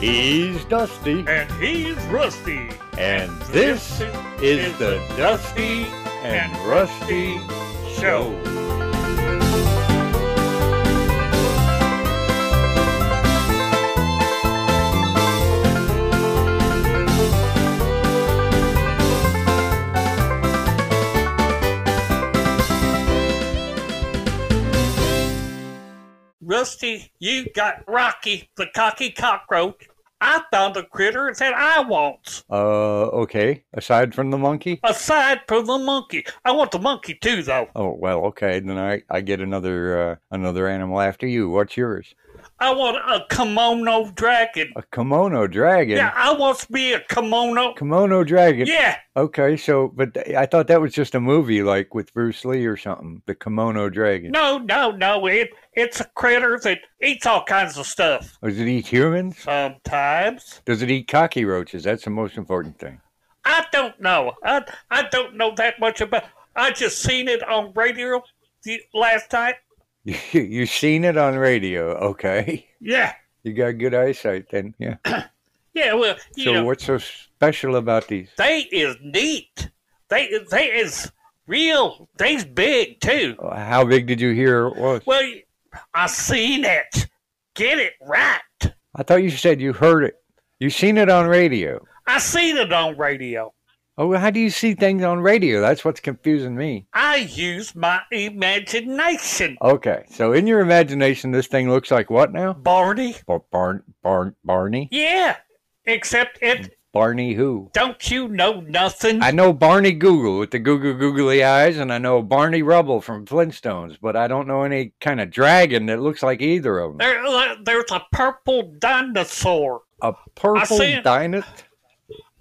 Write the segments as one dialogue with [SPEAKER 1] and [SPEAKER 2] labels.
[SPEAKER 1] He's Dusty,
[SPEAKER 2] And he's Rusty.
[SPEAKER 1] and this is the Dusty and Rusty Show.
[SPEAKER 2] Rusty, you got Rocky, the cocky cockroach. I found a critter that I want.
[SPEAKER 1] Uh, okay. Aside from the monkey?
[SPEAKER 2] Aside from the monkey. I want the monkey too, though.
[SPEAKER 1] Oh well, okay. Then I I get another uh, another animal after you. What's yours?
[SPEAKER 2] I want a kimono dragon.
[SPEAKER 1] A kimono dragon.
[SPEAKER 2] Yeah, I want to be a kimono.
[SPEAKER 1] Kimono dragon.
[SPEAKER 2] Yeah,
[SPEAKER 1] Okay, so but th- I thought that was just a movie like with Bruce Lee or something. The Kimono Dragon.
[SPEAKER 2] no, no, no. It, it's a critter that eats all kinds of stuff.
[SPEAKER 1] Does it eat humans?
[SPEAKER 2] Sometimes.
[SPEAKER 1] Does it eat cockroaches? That's the most important thing.
[SPEAKER 2] I don't know. I, I don't know that much about I just seen it on radio the, last night.
[SPEAKER 1] you seen it on radio, okay?
[SPEAKER 2] Yeah,
[SPEAKER 1] You got good eyesight then. Yeah.
[SPEAKER 2] yeah. Well, you
[SPEAKER 1] So
[SPEAKER 2] know,
[SPEAKER 1] what's so special about these?
[SPEAKER 2] they is neat. They they is real. They's big too.
[SPEAKER 1] How big did you hear it was?
[SPEAKER 2] Well, I seen it. Get it right.
[SPEAKER 1] I thought you said you heard it. You seen it on radio.
[SPEAKER 2] I seen it on radio.
[SPEAKER 1] Oh, how do you see things on radio? That's what's confusing me.
[SPEAKER 2] I use my imagination,
[SPEAKER 1] Okay, so in your imagination, this thing looks like what now?
[SPEAKER 2] Barney.
[SPEAKER 1] Bar- Barn, Barn, Barney,
[SPEAKER 2] Yeah, except it.
[SPEAKER 1] Barney who?
[SPEAKER 2] Don't you know nothing?
[SPEAKER 1] I know Barney Google with the Google googly eyes, and I know Barney Rubble from Flintstones, but I don't know any kind of dragon that looks like either of them.
[SPEAKER 2] there, uh, there's a purple dinosaur.
[SPEAKER 1] A
[SPEAKER 2] I
[SPEAKER 1] purple
[SPEAKER 2] see it.
[SPEAKER 1] dinosaur.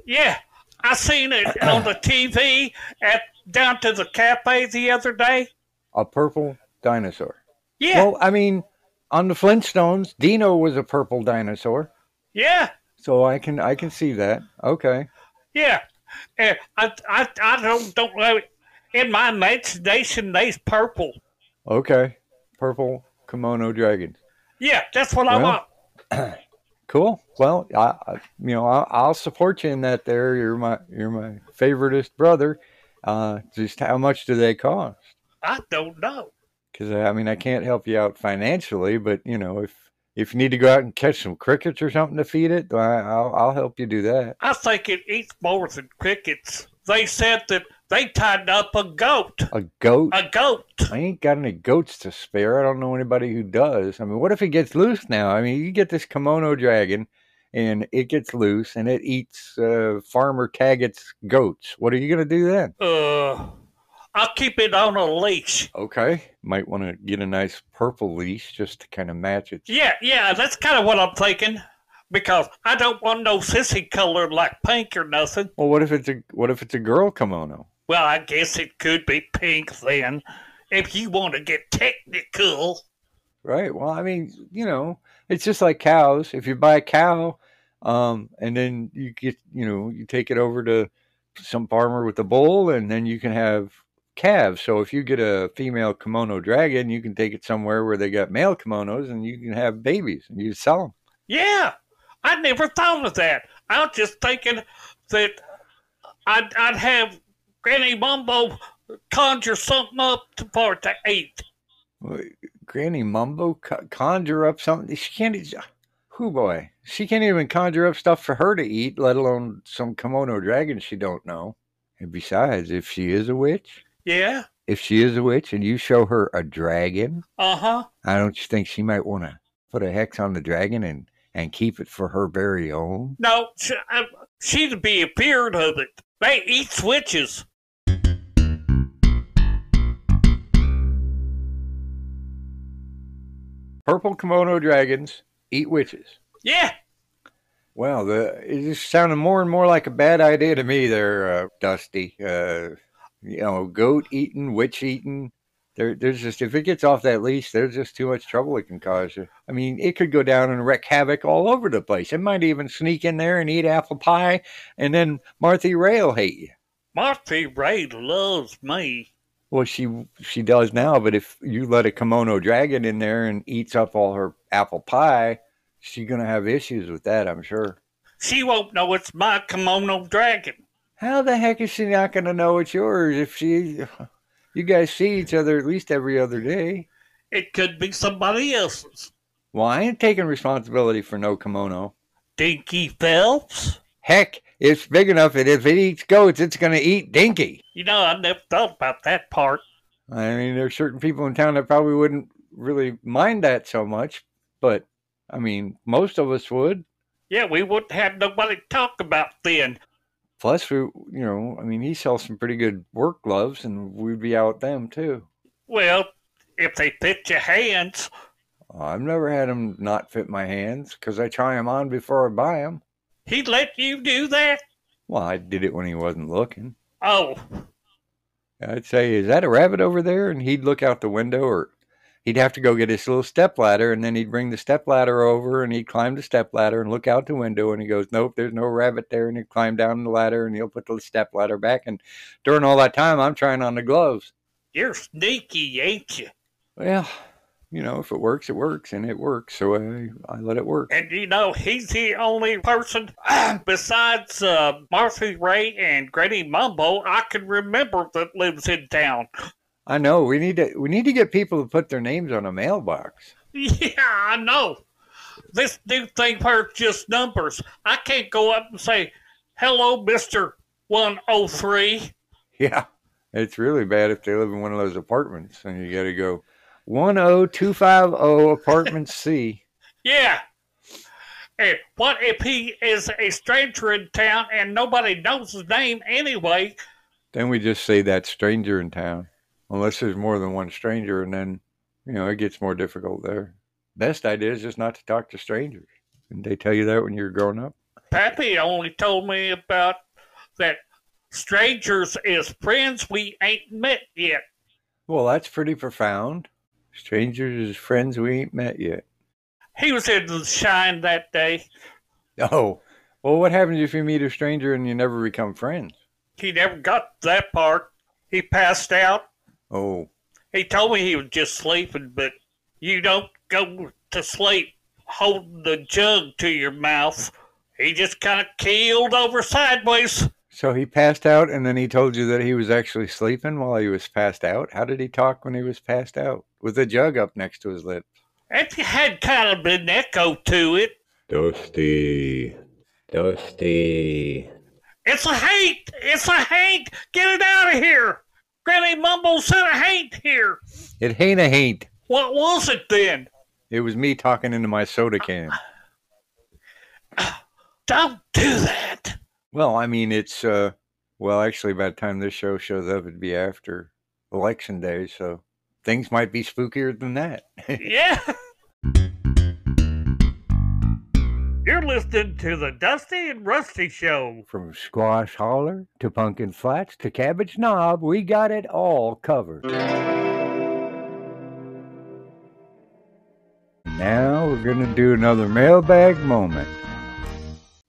[SPEAKER 2] Yeah, I seen it on the TV at down to the cafe the other day.
[SPEAKER 1] A purple dinosaur.
[SPEAKER 2] Yeah,
[SPEAKER 1] Well, I mean, on the Flintstones, Dino was a purple dinosaur,
[SPEAKER 2] yeah,
[SPEAKER 1] so I can I can see that. Okay.
[SPEAKER 2] yeah. And I, I, I don't don't know. In my imagination, they's purple.
[SPEAKER 1] Okay. Purple kimono dragons.
[SPEAKER 2] Yeah, that's what I
[SPEAKER 1] Well,
[SPEAKER 2] want.
[SPEAKER 1] Cool. Well, I, I you know I'll, I'll support you in that. There, you're my you're my favoriteest brother. Uh, just how much do they cost?
[SPEAKER 2] I don't know.
[SPEAKER 1] Because I mean, I can't help you out financially, but you know if if you need to go out and catch some crickets or something to feed it, I, I'll I'll help you do that.
[SPEAKER 2] I think it eats more than crickets. They said that they tied up a goat.
[SPEAKER 1] A goat.
[SPEAKER 2] A goat.
[SPEAKER 1] I ain't got any goats to spare. I don't know anybody who does. I mean, what if it gets loose now? I mean, you get this kimono dragon and it gets loose and it eats uh, Farmer Taggart's goats. What are you going to do then?
[SPEAKER 2] Uh, I'll keep it on a leash.
[SPEAKER 1] Okay. Might want to get a nice purple leash just to kind of match it.
[SPEAKER 2] Yeah, yeah, that's kind of what I'm thinking. Because I don't want no sissy color like pink or nothing.
[SPEAKER 1] Well, what if it's a what if it's a girl kimono?
[SPEAKER 2] Well, I guess it could be pink then, if you want to get technical.
[SPEAKER 1] Right. Well, I mean, you know, it's just like cows. If you buy a cow, um, and then you get, you know, you take it over to some farmer with a bull, and then you can have calves. So if you get a female kimono dragon, you can take it somewhere where they got male kimonos, and you can have babies, and you sell them.
[SPEAKER 2] Yeah, I never thought of that. I was just thinking that I'd, I'd have Granny Mumbo conjure something up to- for it to eat.
[SPEAKER 1] Granny Mumbo co- conjure up something. She can't. e- Who boy? She can't even conjure up stuff for her to eat, let alone some kimono dragon she don't know. And besides, if she is a witch.
[SPEAKER 2] Yeah,
[SPEAKER 1] if she is a witch and you show her a dragon,
[SPEAKER 2] uh huh.
[SPEAKER 1] I don't you think she might want to put a hex on the dragon and and keep it for her very own?
[SPEAKER 2] No, she, I, she'd be appeared of it. They eat switches.
[SPEAKER 1] Purple kimono dragons eat witches.
[SPEAKER 2] Yeah,
[SPEAKER 1] Wow, the it just sounded more and more like a bad idea to me. There, uh, Dusty. Uh, you know, goat eating, witch eating. There, there's just if it gets off that leash, there's just too much trouble it can cause you. I mean, it could go down and wreak havoc all over the place. It might even sneak in there and eat apple pie, and then Marthy Rail hate you.
[SPEAKER 2] Marty Ray loves me.
[SPEAKER 1] Well, she she does now, but if you let a kimono dragon in there and eats up all her apple pie, she's gonna have issues with that, I'm sure.
[SPEAKER 2] She won't know it's my kimono dragon.
[SPEAKER 1] How the heck is she not gonna know it's yours if she? You guys see each other at least every other day.
[SPEAKER 2] It could be somebody else's.
[SPEAKER 1] Well, I ain't taking responsibility for no kimono.
[SPEAKER 2] Dinky Phelps?
[SPEAKER 1] Heck, it's big enough that if it eats goats, it's gonna eat Dinky.
[SPEAKER 2] You know, I never thought about that part.
[SPEAKER 1] I mean, there's certain people in town that probably wouldn't really mind that so much, but I mean, most of us would.
[SPEAKER 2] Yeah, we wouldn't have nobody to talk about then.
[SPEAKER 1] Plus, we, you know, I mean, he sells some pretty good work gloves, and we'd be out them too.
[SPEAKER 2] Well, if they fit your hands,
[SPEAKER 1] I've never had them not fit my hands because I try them on before I buy them.
[SPEAKER 2] he let you do that?
[SPEAKER 1] Well, I did it when he wasn't looking.
[SPEAKER 2] Oh,
[SPEAKER 1] I'd say, "Is that a rabbit over there?" And he'd look out the window, or he'd have to go get his little step ladder, and then he'd bring the step ladder over, and he'd climb the step ladder and look out the window, and he goes, "Nope, there's no rabbit there," and he'd climb down the ladder, and he'll put the step ladder back. And during all that time, I'm trying on the gloves.
[SPEAKER 2] you're sneaky, ain't you?
[SPEAKER 1] Well, you know, if it works, it works, and it works, so I, I let it work.
[SPEAKER 2] And you know, he's the only person besides uh, Marcy Ray and Granny Mumbo I can remember that lives in town.
[SPEAKER 1] I know we need to we need to get people to put their names on a mailbox.
[SPEAKER 2] Yeah, I know. This new thing where it's just numbers. I can't go up and say, hello, Mr. 103.
[SPEAKER 1] Yeah, it's really bad if they live in one of those apartments, and you got to go one o two five o apartment C.
[SPEAKER 2] Yeah. And what if he is a stranger in town and nobody knows his name anyway?
[SPEAKER 1] Then we just say that stranger in town, unless there's more than one stranger, and then you know it gets more difficult there. Best idea is just not to talk to strangers. Didn't they tell you that when you were growing up?
[SPEAKER 2] Pappy only told me about that strangers is friends we ain't met yet.
[SPEAKER 1] Well, that's pretty profound. Strangers is friends we ain't met yet.
[SPEAKER 2] He was in the shine that day.
[SPEAKER 1] Oh, well, what happens if you meet a stranger and you never become friends?
[SPEAKER 2] He never got to that part. He passed out.
[SPEAKER 1] Oh,
[SPEAKER 2] He told me he was just sleeping, but you don't go to sleep holding the jug to your mouth. He just kind of keeled over sideways.
[SPEAKER 1] so he passed out and then he told you that he was actually sleeping while he was passed out? How did he talk when he was passed out? With a jug up next to his lips.
[SPEAKER 2] If you had kind of an echo to it,
[SPEAKER 3] Dusty. Dusty.
[SPEAKER 2] it's a haint! It's a haint! Get it out of here! Granny Mumble said a haint here.
[SPEAKER 1] It ain't a haint.
[SPEAKER 2] What was it then?
[SPEAKER 1] It was me talking into my soda can.
[SPEAKER 2] Don't do that.
[SPEAKER 1] Well, I mean, it's, uh, well, actually, by the time this show shows up, it'd be after election day, so things might be spookier than that.
[SPEAKER 2] Yeah. You're listening to the Dusty and Rusty Show.
[SPEAKER 1] From squash holler to pumpkin flats to cabbage knob, we got it all covered. Now we're going to do another mailbag moment.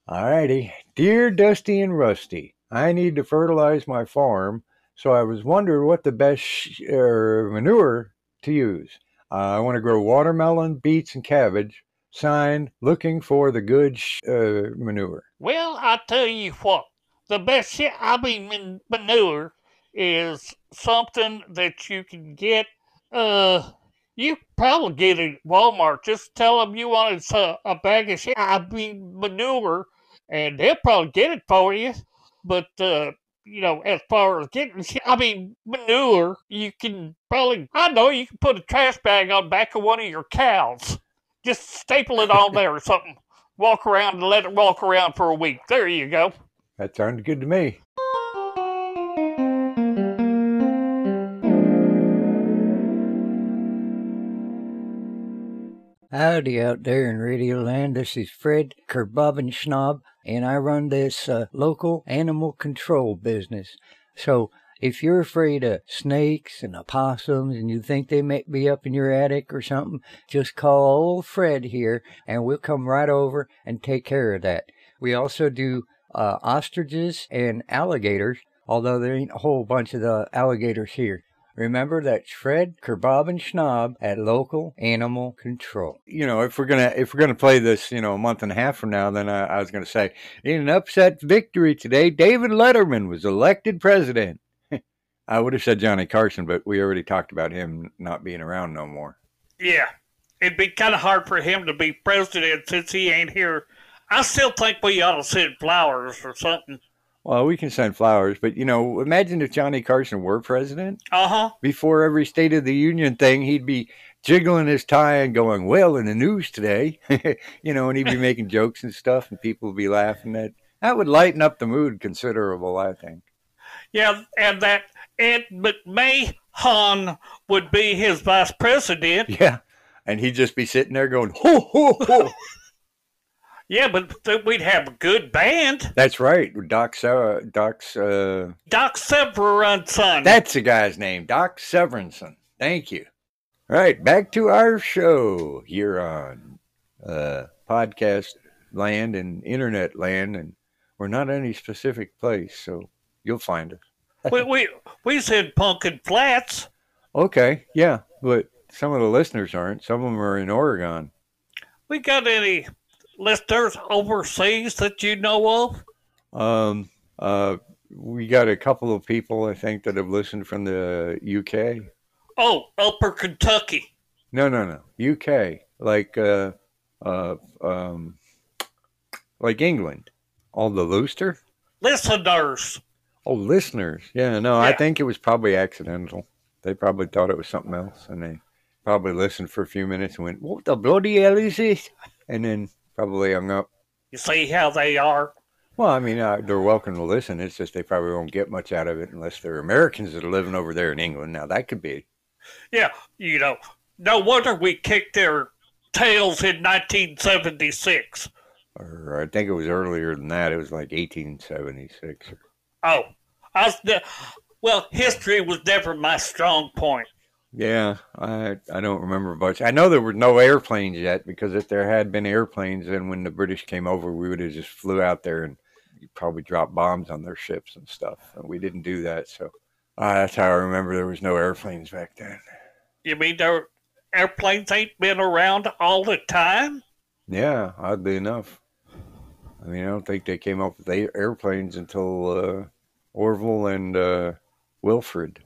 [SPEAKER 1] Alrighty. Dear Dusty and Rusty, I need to fertilize my farm, so I was wondering what the best sh- er, manure to use. Uh, I want to grow watermelon, beets, and cabbage. Signed, looking for the good sh- uh, manure.
[SPEAKER 2] Well, I tell you what, the best shit I mean man- manure is something that you can get. Uh, you probably get it at Walmart. Just tell them you wanted a, a bag of shit I mean manure, and they'll probably get it for you. But uh, you know, as far as getting shit, I mean manure, you can probably I know you can put a trash bag on the back of one of your cows. Just staple it on there or something walk around and let it walk around for a week. There you go.
[SPEAKER 1] That sounded good to me.
[SPEAKER 4] Howdy out there in Radio Land. This is Fred Kerbobbin Schnob, and I run this uh, local animal control business. So if you're afraid of snakes and opossums and you think they might be up in your attic or something, just call old Fred here and we'll come right over and take care of that. We also do uh, ostriches and alligators, although there ain't a whole bunch of the alligators here. Remember that's Fred Kerbab and Schnob at Local Animal Control.
[SPEAKER 1] you know, if we're gonna if we're gonna play this, you know, a month and a half from now, then I, I was gonna say, in an upset victory today, David Letterman was elected president. I would have said Johnny Carson, but we already talked about him not being around no more.
[SPEAKER 2] Yeah, it'd be kind of hard for him to be president since he ain't here. I still think we ought to send flowers or something.
[SPEAKER 1] Well, we can send flowers, but you know, imagine if Johnny Carson were president.
[SPEAKER 2] Uh huh.
[SPEAKER 1] Before every State of the Union thing, he'd be jiggling his tie and going, "Well, in the news today," you know, and he'd be making jokes and stuff, and people would be laughing at. That would lighten up the mood considerable, I think.
[SPEAKER 2] Yeah, and that Ed McMahon would be his vice president.
[SPEAKER 1] Yeah. And he'd just be sitting there going, ho, ho, ho.
[SPEAKER 2] Yeah, but th- we'd have a good band.
[SPEAKER 1] That's right. Doc, Sa- Doc's, uh,
[SPEAKER 2] Doc Severinson.
[SPEAKER 1] that's the guy's name, Doc Severinson. Thank you. All right, back to our show here on uh, podcast land and internet land. And we're not any specific place, so you'll find us.
[SPEAKER 2] we, we, we said Pumpkin Flats.
[SPEAKER 1] Okay. Yeah. But some of the listeners aren't. Some of them are in Oregon.
[SPEAKER 2] We got any listeners overseas that you know of?
[SPEAKER 1] Um, uh, we got a couple of people, I think, that have listened from the UK.
[SPEAKER 2] Oh, Upper Kentucky.
[SPEAKER 1] No, no, no. UK, like uh, uh, um, like England. All the looster.
[SPEAKER 2] Listeners.
[SPEAKER 1] Oh, listeners. Yeah, no, I
[SPEAKER 2] Yeah.
[SPEAKER 1] think it was probably accidental. They probably thought it was something else, and they probably listened for a few minutes and went, "What the bloody hell is this?" And then probably hung up.
[SPEAKER 2] You see how they are?
[SPEAKER 1] Well, I mean, uh, they're welcome to listen. It's just they probably won't get much out of it unless they're Americans that are living over there in England. Now that could be
[SPEAKER 2] Yeah, you know, no wonder we kicked their tails in 1976.
[SPEAKER 1] or I think it was earlier than that. It was like 1876.
[SPEAKER 2] Oh, I was ne- well, history was never my strong point.
[SPEAKER 1] Yeah, I I don't remember much. I know there were no airplanes yet because if there had been airplanes, then when the British came over, we would have just flew out there and probably dropped bombs on their ships and stuff. And we didn't do that, so uh, that's how I remember there was no airplanes back then.
[SPEAKER 2] You mean their airplanes ain't been around all the time?
[SPEAKER 1] Yeah, oddly enough. I mean, I don't think they came up with a- airplanes until uh, Orville and uh, Wilfred.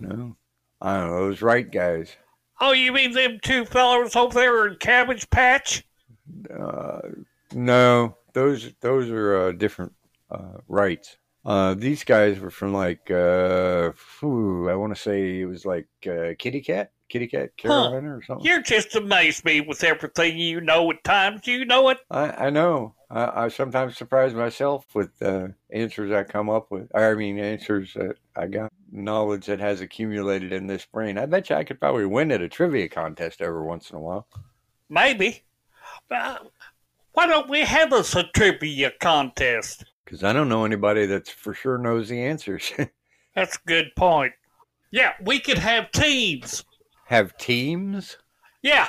[SPEAKER 1] No, I don't know those right guys.
[SPEAKER 2] Oh, you mean them two fellas over there in Cabbage Patch?
[SPEAKER 1] Uh, no, those those are uh, different uh, rights. Uh, these guys were from like uh, phew, I want to say it was like uh, Kitty Cat, Kitty Cat, Carolina or something.
[SPEAKER 2] You just amaze me with everything you know at times. You know it.
[SPEAKER 1] I, I know. I, I sometimes surprise myself with uh, answers I come up with. I mean, answers that I got, knowledge that has accumulated in this brain. I bet you I could probably win at a trivia contest every once in a while.
[SPEAKER 2] Maybe. Uh, why don't we have us a trivia contest?
[SPEAKER 1] Because I don't know anybody that's for sure knows the answers.
[SPEAKER 2] That's a good point. Yeah, we could have teams.
[SPEAKER 1] Have teams?
[SPEAKER 2] Yeah,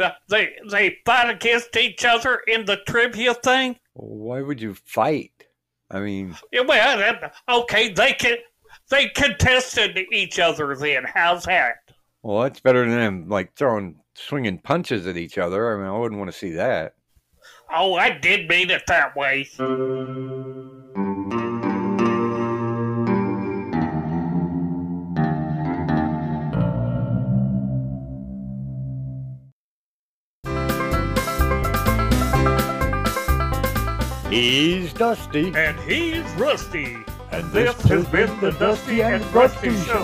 [SPEAKER 2] Uh, they they fight against each other in the trivia thing.
[SPEAKER 1] Why would you fight? I mean,
[SPEAKER 2] Yeah, well, that- okay, they can they contested each other. Then how's that?
[SPEAKER 1] well, that's better than them like throwing swinging punches at each other. I mean, I wouldn't want to see that.
[SPEAKER 2] Oh, I did mean it that way.
[SPEAKER 1] He's Dusty,
[SPEAKER 2] And he's rusty.
[SPEAKER 1] and
[SPEAKER 2] this has been the Dusty and Rusty Show.